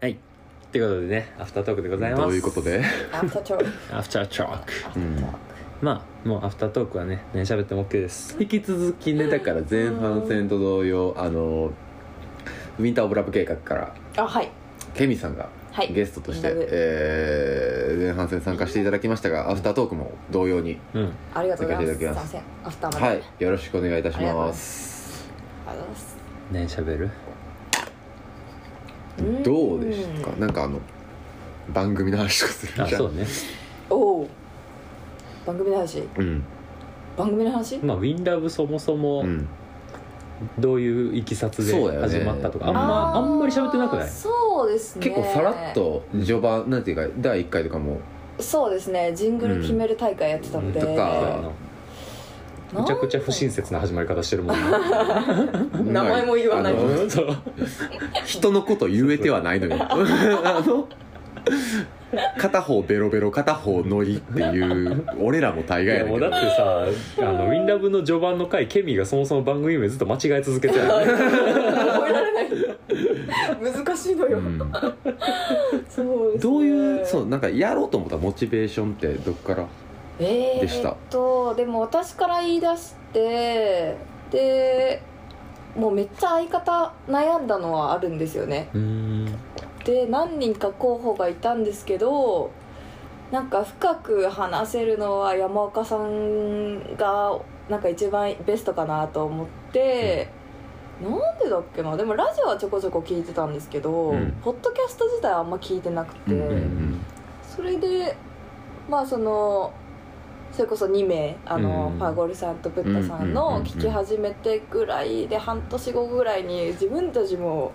はいということでねアフタートークでございますどういうことで After talk. アフタートーク After talk. まあもうアフタートークはね何喋っても OK です 引き続きねだから前半戦と同様あのウィンターオブラブ計画からあ、はい。ケミさんがはいゲストとして、ラブえー前半戦参加していただきましたがアフタートークも同様に、うんありがとうございます。すいいただきまますせん。アフターまで。はいよろしくお願いいたしありがとうございまますありがとうございます。何喋るんどうでしたかなんかあの番組の話とかするあじゃんそうねおお。番組の話。うん番組の話。まあ「WinLove」そもそもうんどういういきさつでそうだよね始まったとか、あんーまあんまり喋ってなくないそうですね。結構さらっ。と序盤なんていうか第1回とかもそうですね。ジングル決める大会やってたので。うんとかなんむちゃくちゃ不親切な始まり方してるもんね名前も言わないあの そう人のこと言えてはないの にあの片方ベロベロ片方ノリっていう俺らも大い概ややねもんうけだどってさ「あのウィンラブの序盤の回ケミがそもそも番組名ずっと間違え続けて る覚えられない。 難しいのよ。うんそうですねどういうそうなんかやろうと思ったモチベーションってどっからえー、でしたえっとでも私から言い出してでもうめっちゃ相方悩んだのはあるんですよねうんで何人か候補がいたんですけどなんか深く話せるのは山岡さんがなんか一番ベストかなと思って、なんでだっけなでもラジオはちょこちょこ聞いてたんですけど、うんポッドキャスト自体はあんま聞いてなくて、うんうんそれでまあそのそれこそ2名あの、うんパーゴリさんとブッダさんうんうんうんうのん聞き始めてぐらいで半年後ぐらいに自分たちも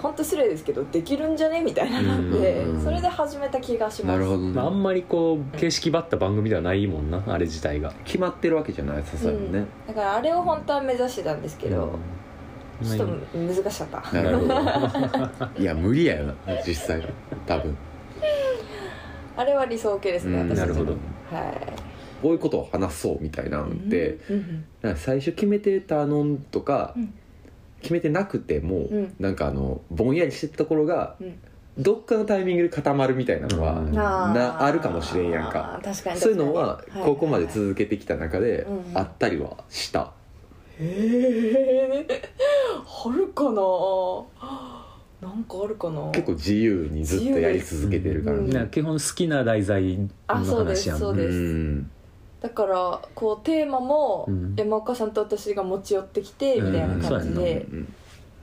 本当失礼ですけどできるんじゃねみたいなのでうんそれで始めた気がしなまるほすど、ねまあ、あんまりこう形式ばった番組ではないもんなあれ自体が決まってるわけじゃないさすがにね、だからあれを本当は目指してたんですけどうんちょっと難しかったなるほ どいや無理やよな実際多分あれは理想形ですねうん私なたるちほどこはういうことを話そうみたいなんいて、うんなんか最初決めてたのとか、うん決めてなくても、うんなんかあのぼんやりしてたところが、うんどっかのタイミングで固まるみたいなのは、うんーなあるかもしれんやんか確かに確かにそういうのははい高校まで続けてきた中でうんうんあったりはした、ええー、 あるかななんかあるかな結構自由にずっとやり続けてる感じ、なんか基本好きな題材のあそうです話やんそううですんだからこうテーマもうん山岡さんと私が持ち寄ってきてみたいな感じうんそうやで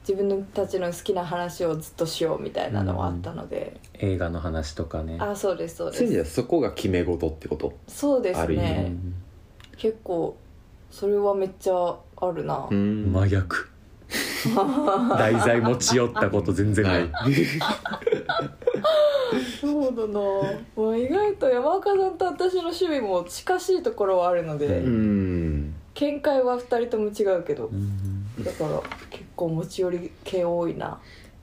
自分たちの好きな話をずっとしようみたいなのはあったので映画の話とかねあそうですそうそういう意味でではそこが決め事ってことすそうであする意う味ねん結構それはめっちゃあるなうん真 逆題材持ち寄ったこと全然ない、はいそうだな、まあ、意外と山岡さんと私の趣味も近しいところはあるのでうん見解は2人とも違うけどうんだから結構持ち寄り系多いな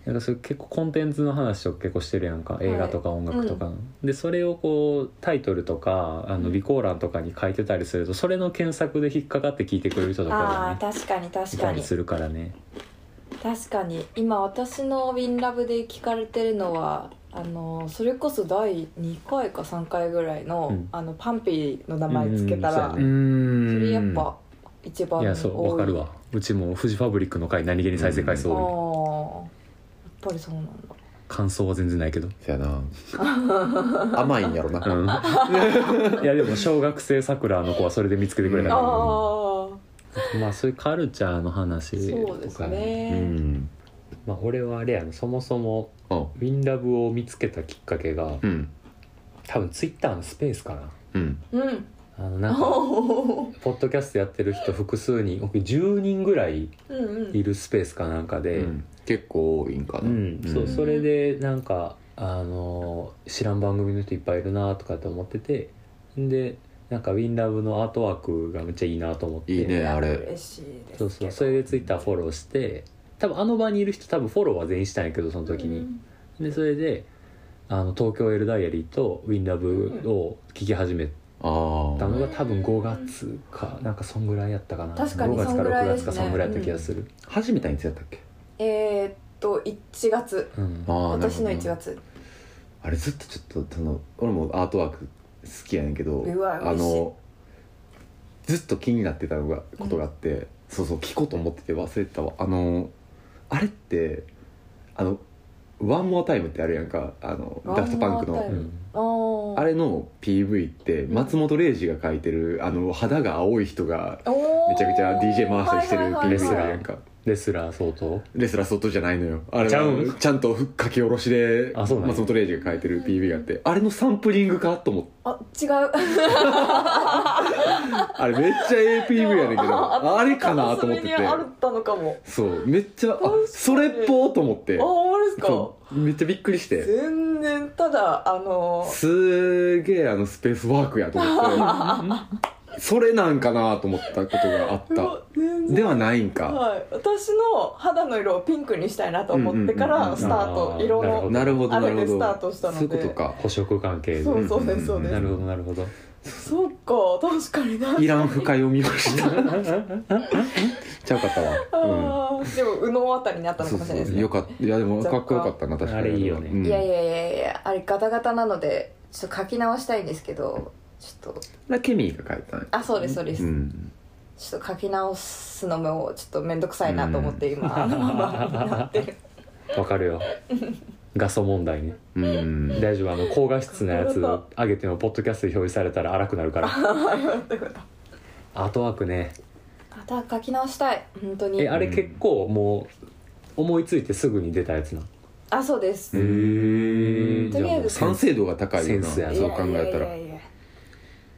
なんかそれ結構コンテンツの話を結構してるやんか映画とか音楽とか、でそれをこうタイトルとかあのうん備考欄とかに書いてたりするとそれの検索で引っかかって聞いてくれる人とかがあねー確かにい確たかりにするからね確かに今私の「ウィンラブで聞かれてるのはあのそれこそ第2回か3回ぐらいの,、うんあのパンピーの名前つけたら、うんそうんれやっぱ一番多いいやそうわかるわうちもフジファブリックの回何気に再生回数あ多いーやっぱりそうなんだ感想は全然ないけど、そやな甘いんやろな、うんいやでも小学生さくらの子はそれで見つけてくれたあかあらまあそういうカルチャーの話とかそうですね、んまあ俺はあれやねそもそもあウィンラブを見つけたきっかけが、うん多分ツイッターのスペースかなうんうんあのなんかポッドキャストやってる人複数人僕10人ぐらい うんうんいるスペースかなんかで、うん結構多いんかな、そうそれでなんかあの知らん番組の人いっぱいいるなとかって思っててでなんかウィンラブのアートワークがめっちゃいいなと思っていいねあれ嬉しいですけどそうそうそれでツイッターフォローして多分あの場にいる人多分フォローは全員したんやけどその時に、でそれであの東京エルダイアリーとウィンラブを聞き始めてあったのが多分5月かなんかそんぐらいやったかな確かに5月そかんぐら6いで月すかねそんぐらいやった気がする、初めてにつやったっけえーっと1月うんああ今なるほ年どのな1月あれずっとちょっとその俺もアートワーク好きやねんけどうわあ美味しいのずっと気になってたのがことがあって、そうそう聞こうと思ってて忘れてたわあのあれってあの「ワンモアタイムってあるやんかあのワンモアダフトパンクタうイのムんあーあれの PV って松本零士が描いてるあの肌が青い人がおーめちゃくちゃ DJ 回したりしてるはいはい PV はいがあはるいやんかレスラー相当レスラー外じゃないのよあれはちゃうんちゃんと書き下ろしであそうなんや松本零士が書いてる PV があってあれのサンプリングかと思ってあ違うあれめっちゃ APV やねんけどあれかなと思ってて片隅にあったのかもそうめっちゃあ確かにそれっぽーと思ってああれですかそうめっちゃびっくりして全然ただあのすーげえあのスペースワークやと思ってそれなんかなと思ったことがあっうたわ全然ではないんかはい、私の肌の色をピンクにしたいなと思ってかうんうんうんうらんスタート、あー色なるほのどなるほどなるほどあれでスタートしたのでそういうことか補色関係でそううんそうですそうです、なるほどなるほどそうか確かにないらん深読みをしたちゃうかったわ、 あーでも右脳あたりにあっうたん、のそかうそもしれないですうねよかったいやでもかっこよかったな確かにあれいいよねうんいやいやいやいやあれガタガタなのでちょっと書き直したいんですけどちょっとあれケミーが書いたんやあそうですそうです、うんちょっと書き直すのもちょっと面倒くさいなと思って今、 あのままに なってるわかるよ画素問題ねうん大丈夫あの高画質なやつ上げてもポッドキャストで表示されたら荒くなるからアートワークねまた書き直したい本当にえああれ結構もう思いついてすぐに出たやつなそうです、へえとりあえずじゃあも完う成度が高いよなセンスやなそう考えたらいやいやいやいや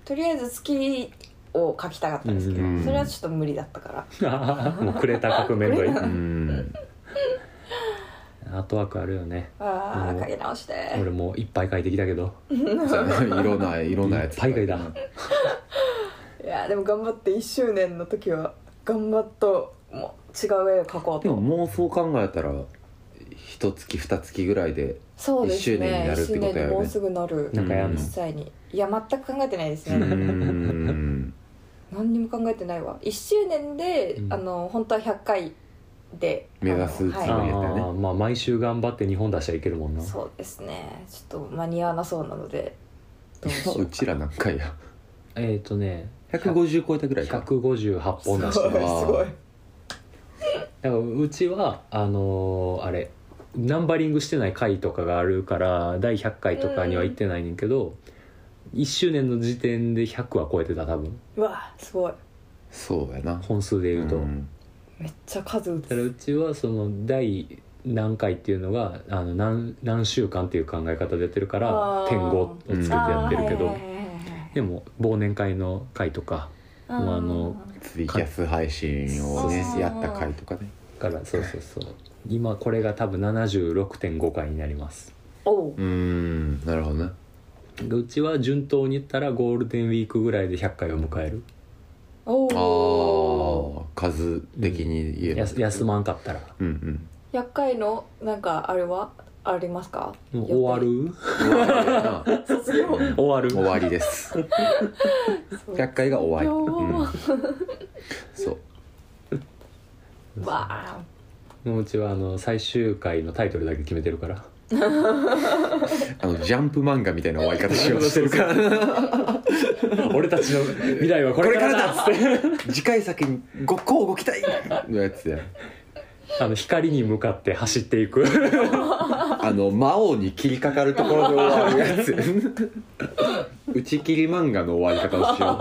とりあえず月を描きたかったんですけど、うんそれはちょっと無理だったから せんもうくれた革命といいうんアートワークあるよねああうん描き直して俺もういっぱい書いてきたけどそうやないろんないろんなやついっぱい書いたいやでも頑張って1周年の時は頑張っともう違う絵を描こうでとももうそう考えたら一月二月ぐらいでそうです一周年にねなる1って周こと年だよねにもうすぐなるなんかやんの実際にいや全く考えてないですうね、 ん何にも考えてないわ1周年で、うんあの本当は100回で目指すあのつあもりは、やったよねーまあ毎週頑張って日本出しちゃいけるもんないそうですねちょっと間に合わなそうなのでどうしよ 今ううちら何回やえっ、ー、とね150超えたぐらいか158本出しすごだいかあーすごいらうちはあのーあれナンバリングしてない回とかがあるから第100回とかには行ってないねんけど、1周年の時点で100は超えてた多分うわすごいそうやな本数で言うと、うんめっちゃ数打だからうつちはその第何回っていうのがあの何何週間っていう考え方でやってるからあー点5を作ってやってるけど、あーはいはいはいはいでも忘年会の会とかーもうあのツイキャス配信をねそうやった回とかねからそうそうそう今これが多分76.5回になりますおううんなるほどねでうちは順当に言ったらゴールデンウィークぐらいで100回を迎えるおうああ数的に言えばやす休まんかったらうんうん100回のなんかあれはありますかもう終わる終わりやな卒業うん 終わる 終わり ですそう100回が終わり、うんよ、そうわあもううちはあの最終回のタイトルだけ決めてる からあのジャンプ漫画みたいな終わり方しようとしてるから 俺たちの未来はここれれかかららだだっつって 次回先にごこうご期待のやつやあの光に向かって走って いくあの魔王に切りかかるところで終わるやつ 打ち切り漫画の終わり方をしよ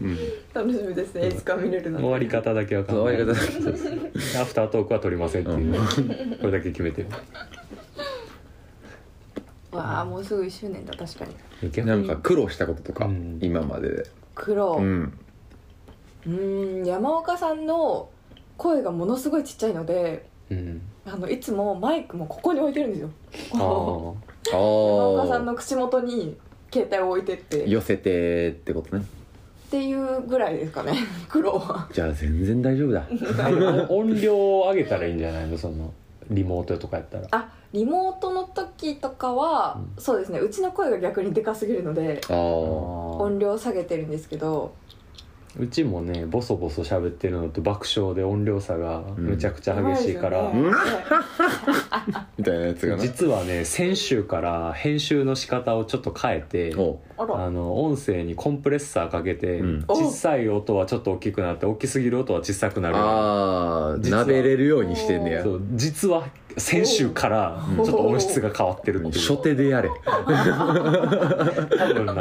う、うん、楽しみですねいつか見れるの終わり方だけは考そう終わり方だけアフタートークは取りませんっていう、これだけ決めてるわあもうすぐ1周年だ確かに逆になんか苦労したこととか、うん今までで苦労ううんーん山岡さんの声がものすごいちっちゃいのでうんあのいつもマイクもここに置いてるんですよあこーあう山岡さんあの口元に携帯を置いてって寄せてってことねっていうぐらいですかね 苦労はじゃあ全然大丈夫だ音量を上げたらいいんじゃないのそのリモートとかやったらあリモートの時とかは、うそうですねうちの声が逆にでかすぎるのであああー音量下げてるんですけどうちもねボソボソ喋ってるのと爆笑で音量差がむちゃくちゃ激しいから、うまみですよねたいなやつがな実はね先週から編集の仕方をちょっと変えておうあらあの音声にコンプレッサーかけて、うん小さい音はちょっと大きくなって大きすぎる音は小さくなるあー実はなべれるようにしてんねやそう実は先週からちょっおと音質が変わってるっていう初手でやれ多分な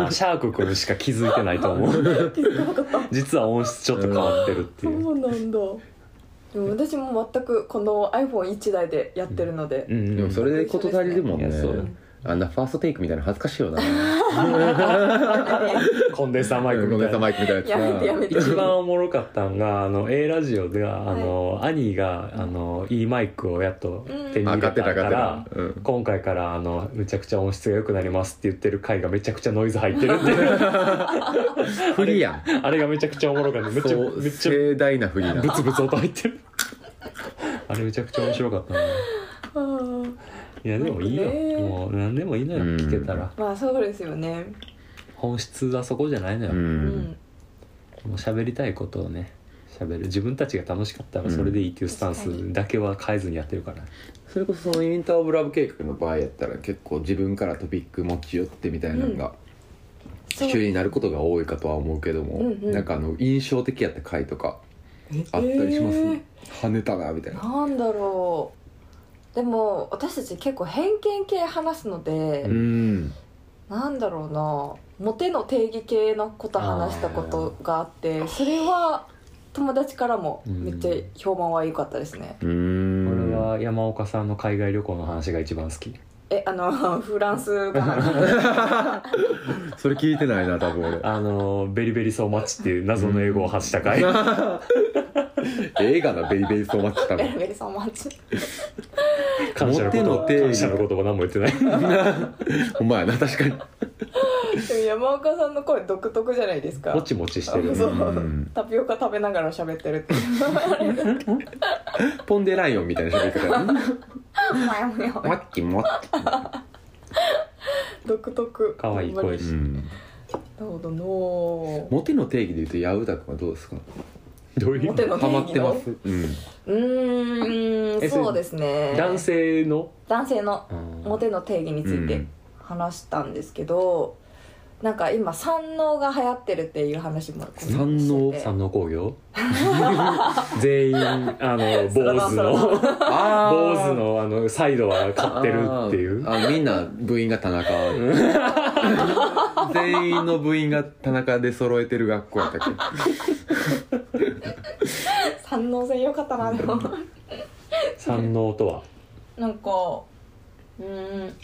シャークくんしか気づいてないと思 う気づかなかった実は音質ちょっと変わってるってそいううなんだでも私も全くこの iPhone1 台でやってるので、うんうんでもそれで事足りるもんねいやそうあんなファーストテイクみたいなの恥ずかしいよなコンデンサーマイクみたロいンなデサマイクみたいなやつやめてやめて一番おもろかったんがあの A ラジオではあの、兄があのいいマイクをやっと手にあ入れ勝てたたか勝てらた、うん今回からあのむちゃくちゃ音質が良くなりますって言ってる回がめちゃくちゃノイズ入ってるっていうフリやん あれがめちゃくちゃおもろかっためっちゃそうめっちゃ盛大なフリなブツブツ音入ってる あれめちゃくちゃ面白かったなあーいやでもいいよ、ねもう何でもいいのよ、うん聞けたらまあそうですよね本質はそこじゃないのよ、うもうんんう喋りたいことをね喋る自分たちが楽しかったらそれでいいっていうスタンスだけは変えずにやってるから、それこそそのインター・オブ・ラブ計画の場合やったら結構自分からトピック持ち寄ってみたいなのがそう主流になることが多いかとは思うけども、うんうんなんかあの印象的やった回とかあったりします、えー跳ねたなみたいななんだろうでも私たち結構偏見系話すので、うんなんだろうなモテの定義系のこと話したことがあってそれは友達からもめっちゃ評判は良かったですね、うん俺は山岡さんの海外旅行の話が一番好きえあの フラン スがそれ聞いてないな多分俺あのベリベリソーマッチっていう謎の英語を発した回、 映画なベリベリソーマッチ多ベル分ベルさんマッチ感謝の言葉モテの定義感謝の言葉何も言ってないほんまやな確かにでも山岡さんの声独特じゃないですか もちもちして るそううんタピオカ食べながら喋ってるって いうポンデライオンみたいな喋り 方もやもやマッキーマッキ独特可愛い声しー、うん、なるほどのモテの定義で言うと矢歌君はどうですかどういう意モテ味の定ハマっ義てまのす、うん、うーえんそれそうですね男性の男性のモテの定義についうんて話したんですけど、なんか今山王が流行ってるっていう話も山王してて山王工業 全員あの坊 主のあ坊主のあのサイドは買ってるっていうあーあみんな部員が田中全員の部員が田中で揃えてる学校やったっけ山王戦よかったなでも山王とはなんかうーん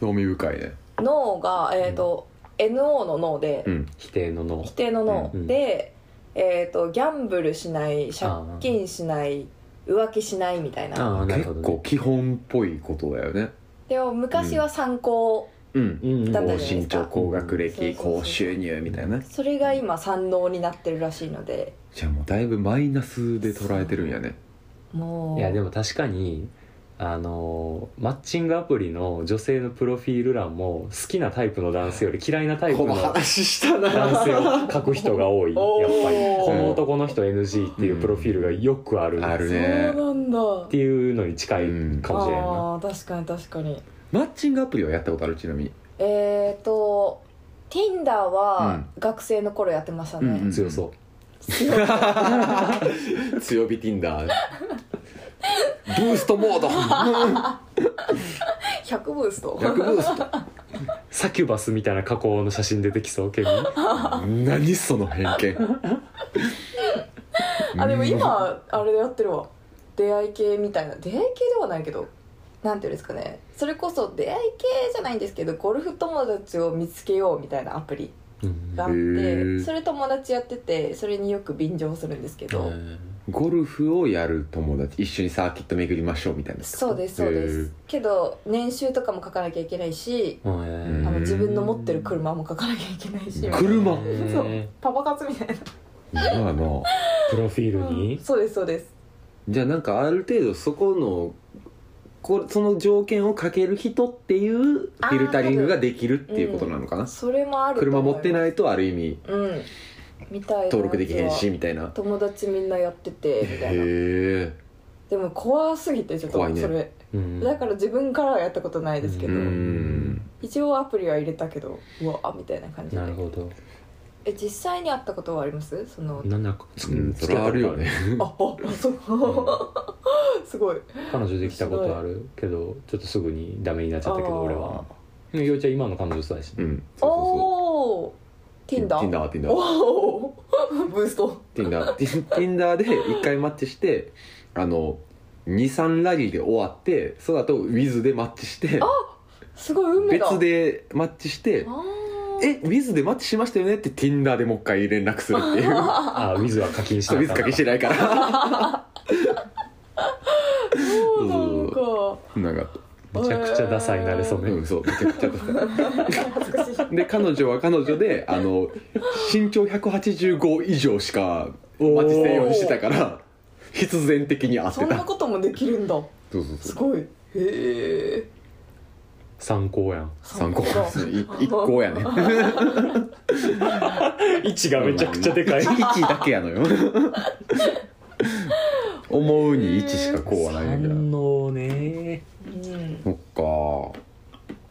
興味深いね脳がえっ、と、NO の脳で、うん否定の脳否定の脳、うんで、えー、とギャンブルしない借金しない浮気しないみたいなああなる結ほど、構ね、基本っぽいことだよねでも昔は参考、うんうんだ高ったじゃないで身すか長高学そう歴そうそう高収入みたいなそれが今山脳になってるらしいのでじゃあもうだいぶマイナスで捉えてるんやねもういやでもも確かにあのマッチングアプリの女性のプロフィール欄も好きなタイプの男性より嫌いなタイプこのの話したな男性を書く人が多いやっおーぱりこの男の人 NG っていうプロフィールがよくあるあるそうねなんだっていうのに近いかもしれないな、ああ確かに確かにマッチングアプリはやったことあるちなみにえっ、ー、と Tinder は学生な頃やってましたね、うんうん強そう強火 Tinder ブーストモ ード100ブースト100ブーストサキュバスみたいな加工の写真出てきそうケビン何その偏見あでも今あれでやってるわ出会い系みたいな出会い系ではないけどなんていうんですかねそれこそ出会い系じゃないんですけどゴルフ友達を見つけようみたいなアプリうんがあっへーてそれ友達やっててそれによく便乗するんですけど、ゴルフをやる友達一緒にサーキット巡りましょうみたいなそうですそうです、けど年収とかも書かなきゃいけないしうんあうのん自分の持ってる車も書かなきゃいけないしく車そうパパ活みたいなまあなプロフィールに、そうですそうですじゃあなんかある程度そこのこその条件をかける人っていうフィルタリングができるっていうことなのかな、それもあると思車持っていないとある意味ますうんみたいな登録できへんしみたいな友達みんなやっててみたいなへでも怖すぎてちょっと怖いねそれ、うんだから自分からはやったことないですえけうど、ん一応アプリは入れたけどうわみたいな感じでなるほどえ実際に会ったことはありますそのなんだかうんそれはあるよねあああそう すごい彼女できたことあるけどちょっとすぐにダメになっちゃったけあーど俺はね陽ちゃん今の彼女そうだし、うんそうそおおうそう Tinder Tinder Tinder おーブースト Tinder Tinder で一回マッチしてあの23ラリーで終わってその後ウィズでマッチしてすごい運命だ別でマッチしてあ「ーえウィズでマッチしましたよね」って Tinder でもう一回連絡する っていうああウィズは課金しそうウィズ課金してないから そうなんかなんかめちゃくちゃダサいなれそうね、うんそうめちゃくちゃ恥ずかしいで彼女は彼女であの身長185以上しかマチ専用にしてたから必然的に合ってそんなたこともできるんだそうそうすそうごいへえ参考やん参考ですねい一個やね位置がめちゃくちゃでかい一一だけやのよ思うに1しかこうはないんだけど反応ねうんそっか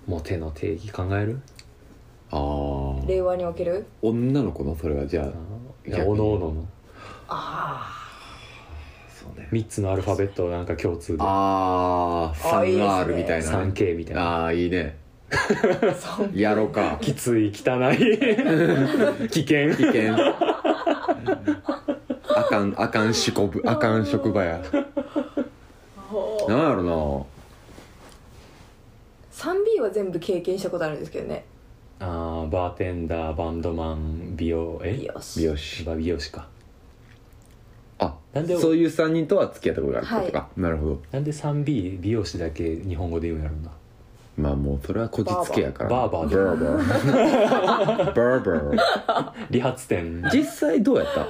モテの定義考えるあー令和における女の子のそれはじゃあいやおのおののあそうね3つのアルファベットをなんか共通でああいいですねー 3R みたいなね 3K みたいなああいいねあそうやろうかきつい汚い 危険危険あかんあかんしこぶあかん職場やなんやろ 3B は全部経験したことあるんですけどねあーバーテンダーバンドマン美容え美容な師美容師まあ美容師かあなんでそういう3人とは付き合ったことがあるってことか、はなるほどなんで 3B 美容師だけ日本語で言うんやろうなまあもうそれはこじつけやからバーバーバー バーバーバ理髪店ー実際どうやった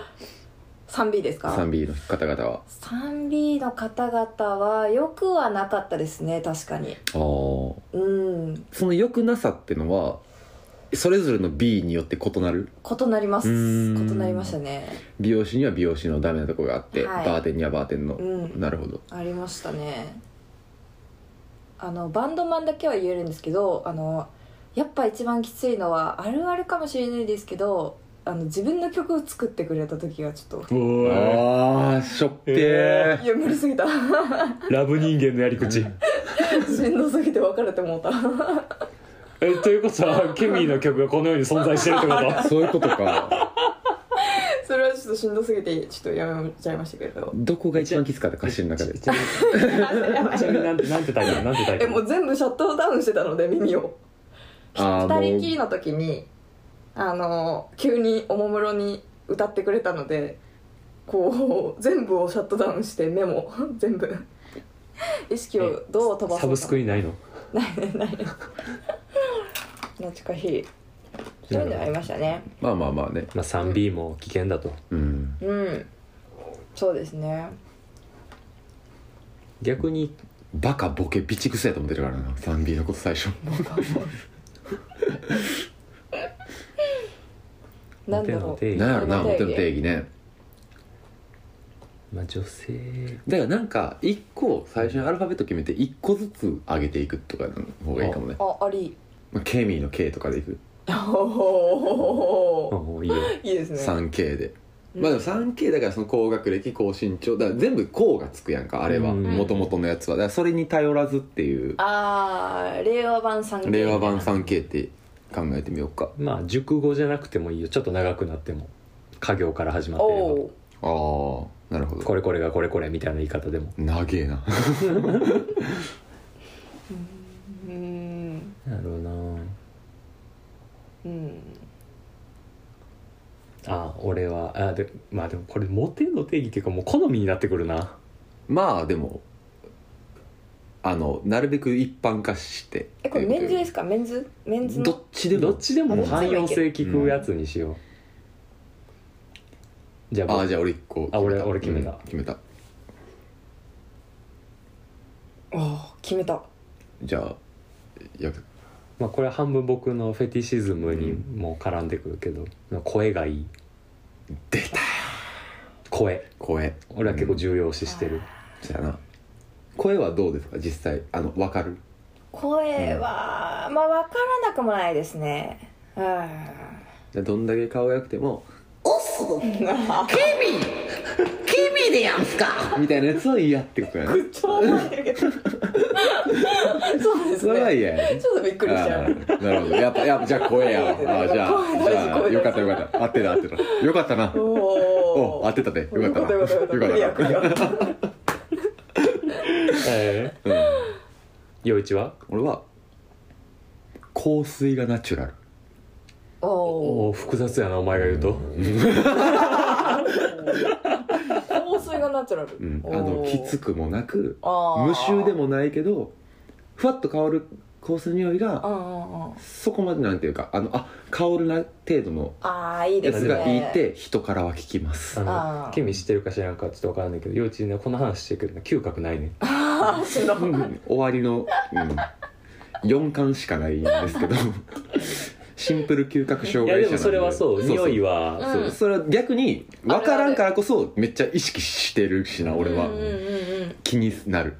3B ですか 3B の方々は 3B の方々はよくはなかったですね確かにあーうんその良くなさってのはそれぞれの B によって異なる異なりますう異ーんなりましたね美容師には美容師のダメなとこがあって、はいバーテンにはバーテンの、うんなるほどありましたねあのバンドマンだけは言えるんですけどあのやっぱ一番きついのはあるあるかもしれないですけどあの自分の曲を作ってくれた時がち ょっとおああしょってー、えいや無理すぎた ラブ人間のやり口しんどすぎて別れてもうた えということはケミーの曲がこの世に存在してるってこと そういうことか。それはちょっとしんどすぎてちょっとやめちゃいましたけどどこが一番きつかった歌詞の中でち。ちなみにちなみになんてなんてタイトルなんてタイトルえもう全部シャットダウンしてたので耳をあ二人きりの時にあの急におもむろに歌ってくれたのでこう全部をシャットダウンして目も 全部意識をどう飛ばすサブスクイにないのないないない懐かしいそういうのありましたねまあまあまあね。まあ、3B も危険だとうん。うんそうですね逆にバカボケ備蓄せやと思ってるからな。3 B のこと最初。なんだモろうテの定義なんやろな、モモテテのの定定義ね。まあ、女性だからなんか一個最初にアルファベット決めて一個ずつ上げていくとかの方がいいかもね。あありまあ、ケミーの K とかでいく。おおあもういいよいいですね 3K で。まあでも 3K だからその高学歴高身長だから全部「高」がつくやんかあれはうんもともとのやつはだからそれに頼らずっていうあー令和版3令和版 3K って考えてみようかまあ熟語じゃなくてもいいよちょっと長くなっても家業から始まってれおばおああなるほどこれこれがこれこれみたいな言い方でも長えな うーんなるほどなうんあ俺はあでまあでもこれモテの定義っていうかもう好みになってくるなまあでもあのなるべく一般化してえこれメンズですすかメンズメンズどのっちでもどっちでも汎用性聞くやつにしよう、じゃあああじゃあ俺一個あ俺俺決めたうん決めたあー決めたじゃあやくまあ、これは半分僕のフェティシズムにも絡んでくるけど、声がいい出た声声俺は結構重要視してる、そやな声はどうですか実際あの分かる声は、まあ分からなくもないですねうんどんだけ顔良くて も「みたいなやつは嫌ってことやねちょっと待ってるけどそうです それはね嫌やねちょっとびっくりしちゃあうーなるほどやっぱやっぱじゃあ声や わあーじゃあじゃあ声大事声大事よかったよかった合ってた合ってたよかったなおおお合ってたでよかったなよかったよかったよかったなよかったええうん陽一は 俺は香水がナチュラルおおおお複雑やなお前が言うと、香水がナチュラル、うんあのきつくくもなく無無臭でもないけどふわっと香る香水の匂いあーがあーそこまでなんていうかあのあ香るな程度のあーあーいいでやすつねがいいって人からは聞きます あのあーケミ知ってるか知らんかちょっと分からんねんけど幼稚園でこの話してくるの嗅覚ないねんあーしんどいうん終わりの、うん、4巻しかないんですけど シンプル嗅覚障いや害で者なんもそれはそうそ匂いうんはそうそれは逆に分からんからこそめっちゃ意識してるしな俺はうんうんうんうん気になる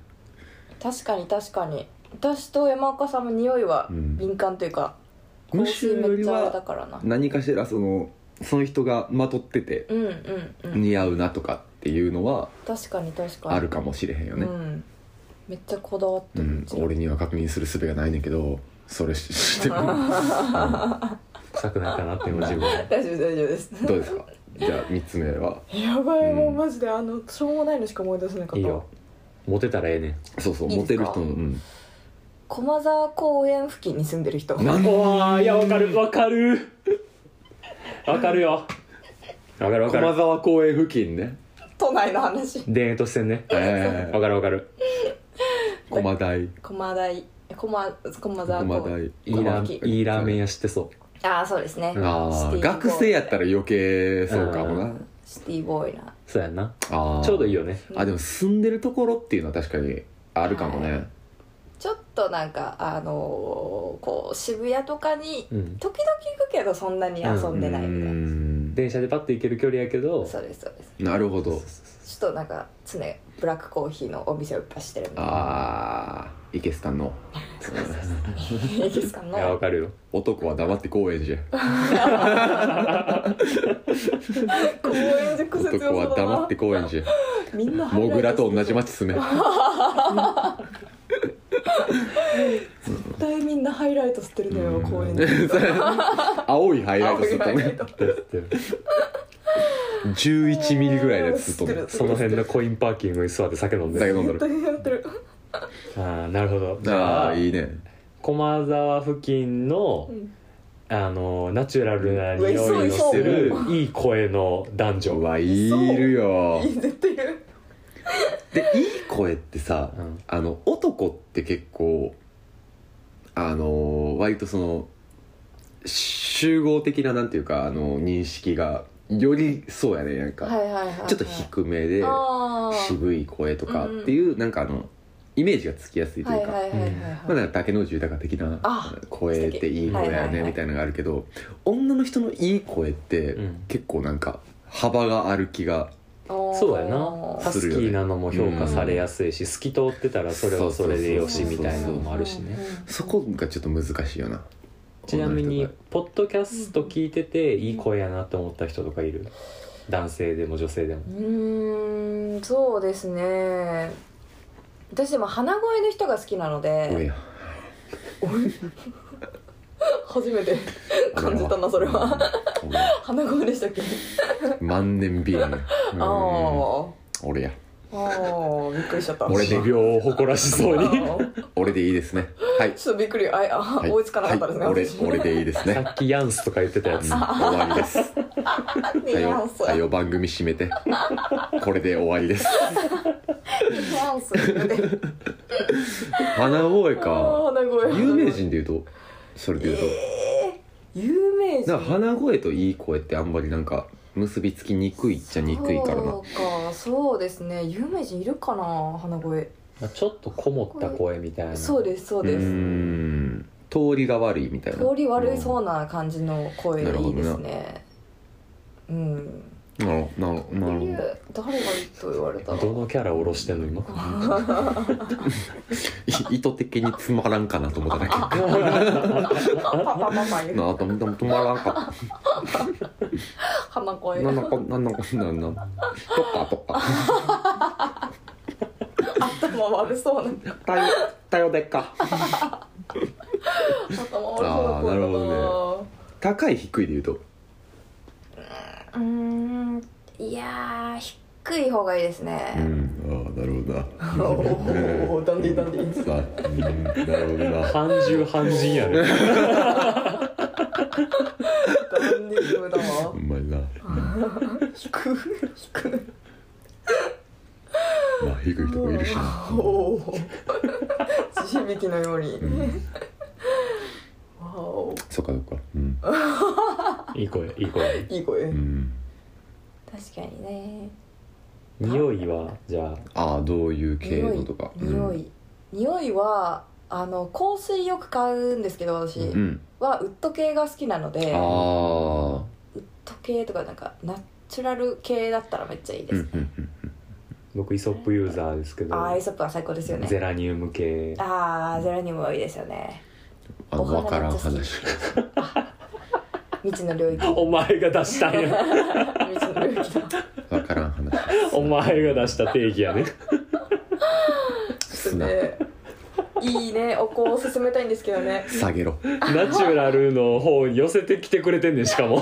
確かに確かに私と山岡さんも匂いはうん敏感というか、無香臭水よめっりちゃあれだはからな何かしらそのその人がまとっててうんうんうん似合うなとかっていうのは確かに確かにあるかもしれへんよねう、ん、めっちゃこだわってうる、んうちら俺には確認する術がないねんけどそれししてる、うん臭くないかなって今自分で大丈夫大丈夫で すどうですかじゃあ3つ目は やばい、うんもうマジであのしょうもないのしか思い出せなかったいいよモテたらええねんそうそういいでモすテかる人のうん駒沢公園付近に住んでる人なんわあいやわかるわかるわかるよわかるわか駒る沢公園付近ね都内の 話田園都市線ねえわかるわかるえ駒大駒大駒駒沢駒公園大いいラ駒ーいいラーメン屋知ってそああそうですねああシティボーイ学生やったら余計そうかもな、うシティボーイなうそうやんなああちょうどいいよねあでも住んでるところっていうのは確かにあるかもね、はいちょっとなんかあのーこう渋谷とかにうん時々行くけどそんなに遊んでないみたいな、ん電車でパッと行ける距離やけどそうですそうですなるほどちょっとなんか常ブラックコーヒーのお店をいっぱいしてるみたいなああイケスタンのいいですかいやわのかる よ男は黙って高円寺へ公園で癖強男そはうだ黙っなて高円 寺へみんなハイラモイグトラと同じ街住め絶対みんなハイライトしてるのよ公園で 青いハイライトすると青いハイライねト11ミリぐらいのやつすると知っねてその辺のコインパーキングに座って酒飲んで酒飲んだ絶る対やってるああなるほどじゃあああいいね駒沢付近のうんあのナチュラルな匂いのするいい声の男う女わいるよいい絶対いるでいい声ってさ、うんあの男って結構あの割とその集合的ななんていうかあの認識がよりそうやねなんか、はいはいはいちょっと低めであー渋い声とかっていう、なんかあのイメージがつきやすいとはいいうか、はいはいはいはいまあ、なんか竹野内豊的なあ声っていい声素や敵はいはいねはいみたいなのがあるけど、女の人のいい声ってうん結構なんか幅がある気がそうやなハすスるキよねーなのも評価されやすいし、透き通ってたらそれはそれでよしみたいなのもあるしねそこがちょっと難しいよなちなみ女の人にがポッドキャスト聞いてていい声やなって思った人とかいる男性でも女性でもうーんそうですね私でも鼻声の人が好きなのおでや初めて感じたなそれは俺や鼻声でしたっけ万年ビールああ俺やああびっくりしちゃった俺持で病を誇らしそうあにー俺でいいですねはいちょっとびっくりああ、はい追いつかなかったですね、はい私俺俺でいいですさねっきヤンスとか言ってたやうんつ終わりですニはュよアンスはよ番組締めてこれで終わりですニュアンスで花声あーか鼻声有名人で言うとそれで言う有と名人なんか鼻声といい声ってあんまりなんか結びつきにくいっちゃにくいからなそうかそうですね有名人いるかな鼻声まあちょっとこもった声みたいなそうですそううです、ーん通りが悪いみたいな通り悪いそううな感じの声いいですねうんなるほどなるほどなるほいどや誰がいいと言われたらどのキャラ下ろしてんの今い意図的につまらんかなと思っただけなパパパパ言うあとも止まらんか浜声なんだかなんだかなんだとかとか 頭悪そうなたよたよでっか頭悪そうなあーなるほどね高い低いで言うとうーんいやー低い方がいいですね、うんああなるほどなおおダンディダンディさあうんなるほどな半獣半人やねダンディだわうまいなま低く低くあ低い人もいるしなおお 地響きのようにうんわおそっかそっかうん いい声いい声いい声、うん確かにね匂いはじゃああどういう系匂のいとか匂い、匂いはあの香水よく買うんですけど私、うんうんはウッド系が好きなのでああウッド系とかなんかナチュラル系だったらめっちゃいいでうす、んうんうん僕イソップユーザーですけどああイソップは最高ですよねゼラニウム系ああゼラニウムはいいですよねあのお花分からんめっちゃ好き話未知 の領域未お前が出したんや知の領域だ分からん 話お前が出した定義やねすなないいねお香を勧めたいんですけどね下げろナチュラルの方に寄せてきてくれてんねんしかも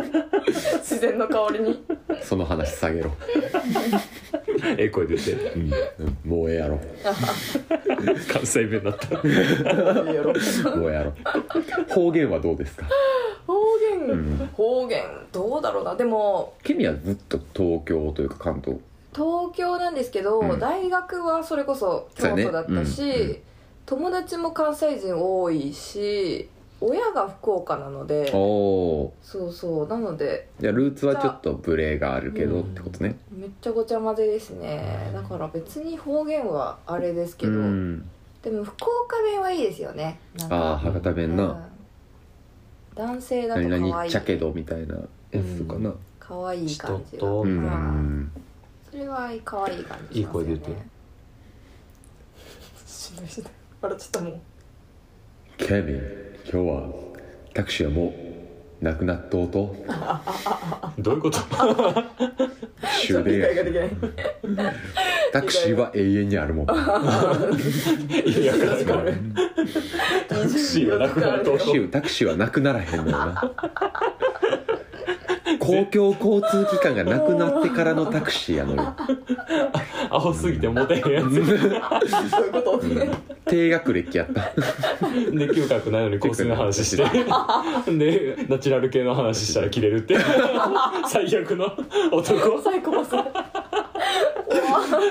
自然の香 りにその話下げろ、ええ声出てうん、もうええやろ関西弁だったもうええやろ方言はどうですか、方言、うん、方言どうだろうなでも君はずっと東京というか関東東京なんですけど、うん大学はそれこそ京都だったし、そうやねうんうん友達も関西人多いし親が福岡なのでおおそうそうなのでじゃあルーツはちょっとブレがあるけどうっんてことねめっちゃごちゃ混ぜですねだから別に方言はあれですけうど、んでも福岡弁はいいですよねなんかああ博多うん弁な男性だと何々可言愛っいちゃけどみたいなやつとかな可愛い感じちがょっとうん、うんそれは可愛い感じしますよねいい声出てるしんどいしんどい笑っちゃったもんケビン今日はタクシーはもうなくなっとうとどういうこと終理電や解 ができないタクシーは永遠にある もんいや確かにタクシーはなくなるとタクシータクシーはなくならへんのよな公共交通機関がなくなってからのタクシーやのよ青すぎてモテへんやそういうこと低学歴やったつで嗅覚ないのに香水の話して でナチュラル系の話したら切れるって 最悪の男サイコパス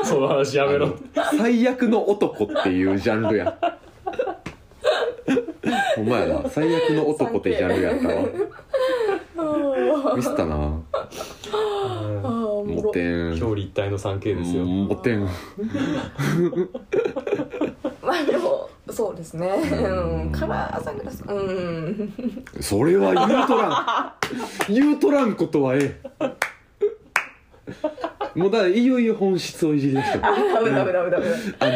その話やめろあの最悪の男っていうジャンルやお前やな最悪の男ってジャンルやったわミスったなああおもモろテ ん表裏一体の 3K ですよモテんまあでもそうですねんうんカラーサングラスうんそれは言うとらん言うとらんことはええもうだからいよいよ本質をいじり出しても危ない危ない危ないあ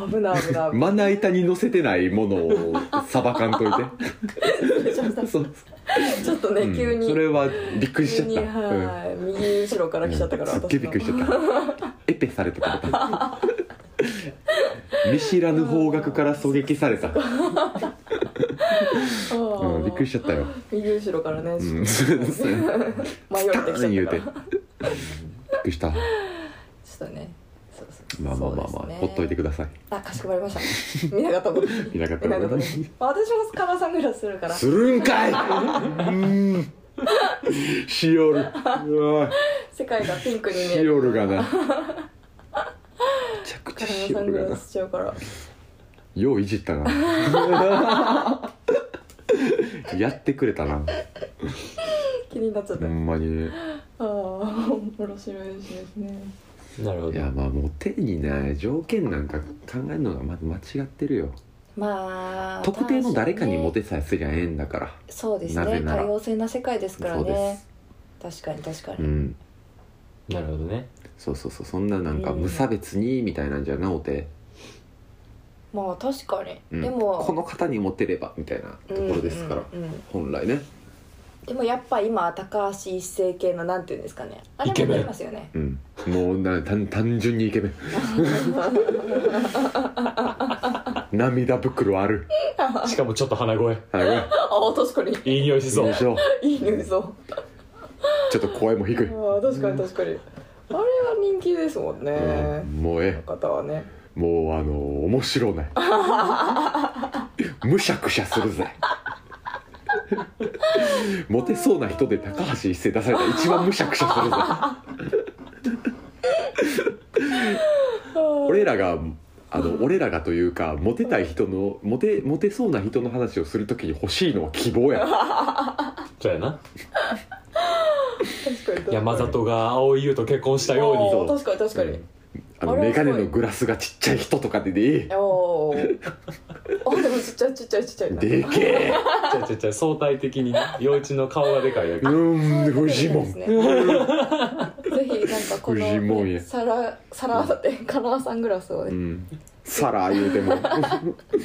の危ない危ない危ないまな板に乗せてないものをさばかんとい てそうちょっとうねん急にそれはびっくりし急ちにゃった、うんはい右後ろから来ちゃったからすっげえびっくりしちゃっゃったエペされてくれた 見知らぬ方角から狙撃された、たうん、びっくりしちゃったよ、右後ろからねう迷 ん、そうです ねいてきちゃ言 うったてかびらっくりしたちょっとねそうそうまあまあまあまあ、そうですねほっといてくださいあかしこまりました見なかったことに見なかった ことに見なかったことに私もカラーサングラスするからするんかいうんしおるうわ世界がピンクに見えしるおるがなめちゃくちカゃラーしサおンるグがラなスしちゃうからよういじったなやってくれたな気になっちゃった、ほあんまにあ面白いですねなるほいやまあモテにね条件なんか考えるのがま間違ってるよまあ特定の誰かにモてテさえすりゃええんだからそうですなぜねな多ら様性な世界ですからそうでねす確かに確かに、うんなるほどねそうそうそうそんななんかうん無差別にみたいなんじゃなおて、まあ確かに、うんでもこの方にモテればみたいなところですから、うんうんうん本来ねでもやっぱ今高橋一生系のなんていうんですかねあれイケメンもありますよねうんもうな単単純にイケ メン涙袋あるしかもちょっと鼻声あれああ確かにいい匂いしそうでしょいいね嘘ちょっと声も低い、ああ確かに確かにあれは人気ですもんね、うんもうこのえ方はねえもうあの面白ないむしゃくしゃするぜモテそうな人で高橋一生出されたら一番むしゃくしゃするぜ俺らがあの俺らがというかモテたい人のモテモテそうな人の話をするときに欲しいのは希望やそうやな確かに確かに山里が蒼井優と結婚したようにそあうー確かに確かに、あのあ眼れはすごい鏡のグラスがちっちゃい人とかででおおーあでもちっちゃいちっちゃいちっちゃいなでけえちゃちゃちゃ相対的にね陽一の顔がでかいだけうーんフジモンそういうことですねぜひなんかこフジモンのやサラサラだってカラーサングラスをうね、んサラ言うても っ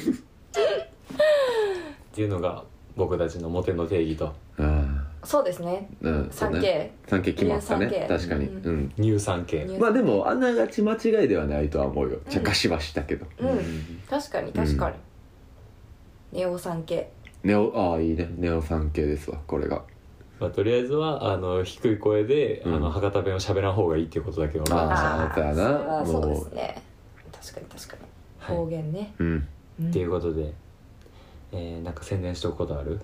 ていうのが僕たちのモテの定義とあそうですねーうんそう 3K、ね 3K 決まったいやね 3K 確かに、ううん乳酸系乳まあでもあながち間違いではないとは思うよ茶化しはしたけど、うん確かに確かに、ネオ産系ネオああいいねネオ 3K ですわこれがまあ、とりあえずはあの低い声で、うんあの博多弁を喋らん方がいいっていうことだけは分かりましたあーーそうやなれはそうですね確かに確かにはい方言ね、うんうんっていうことで、えー、なんか宣伝しておくことある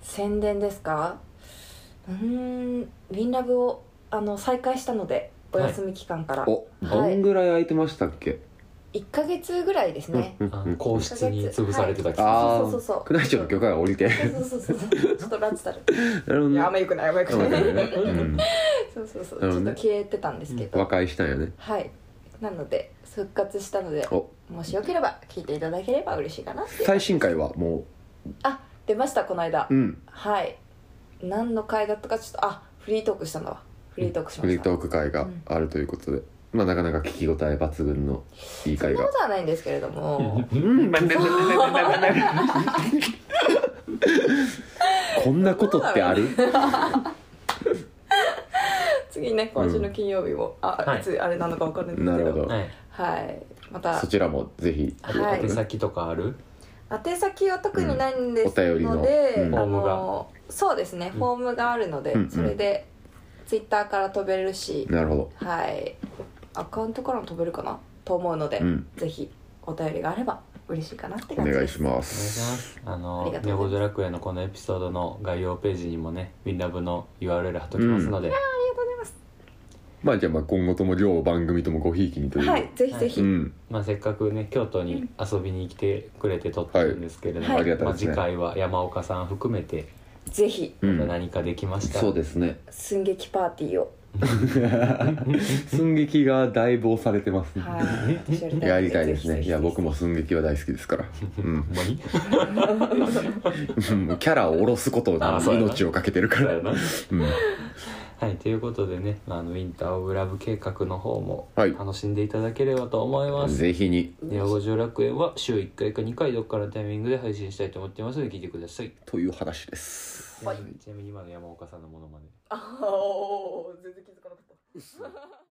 宣伝ですかうーん「WinLove」をあの再開したのでお休み期間から、おどんぐらい空いてましたっけ、 1か月ぐらいですね、あの皇室に潰されてた期はい間あーそうそうそうそう宮内庁の許可が降りて そうそうそ うそうちょっとラッツたるなるほどいねやあんまよくないあんまよくわかないるねうんそうそうそう、なるほちょっどねと消えてたんですけど、和解したんやねはいなので復活したのでおもしよければ聞いていただければ嬉しいかなっていう最新回はもあ出ましたこの間、ううんはい何の回だったかちょっとあフリートークしたんだわフリートークしまフしリーたトーク会があるということで、まあなかなか聞き応え抜群のいいそ会んながことはないんですけれ どもうん こんなことってある次ね今週の金曜日も、あ、はいい、つあれなのか分かるんですけどなるほどはいはいまたそちらもぜひはい宛先とかある宛先は特にないんですうんお便りのので、うんフォあームがのそうですねフォームがあるので、うんそれでツイッターから飛べるし、なるほどはいアカウントからも飛べるかなと思うので、うんぜひお便りがあれば嬉しいかなってお感じ願でいすしまお願いしすますあのありがとネうごゴざいますドラクエのこのエピソードの概要ページにもね「ウィンラブの URL 貼っときますので、まあじゃあまあ今後とも両番組ともごひいきにというはいぜひぜひ、うんまあ、せっかくね京都に遊びに来てくれて撮ってるんですけれども、はいありがたいまあ、ですね次回は山岡さん含めてぜひうまたん何かできましたら、そうですね寸劇パーティーを、寸劇がだいぶ押されてますねはい、 私やりたいのでやりたいですぜねひぜひいや僕も寸劇は大好きですから、うん ほんまにうん、キャラを下ろすことにあそうやな命を懸けてるかそうらやなうんはい、ということでね、まああのウィンター・オブ・ラブ計画の方もはい楽しんでいただければと思います。ぜひにネオ五条楽園は週1回か2回どっかのタイミングで配信したいと思ってますので聞いてください。という話ですはいちなみに今の山岡さんのものまね。あーおーおー全然気づかなかった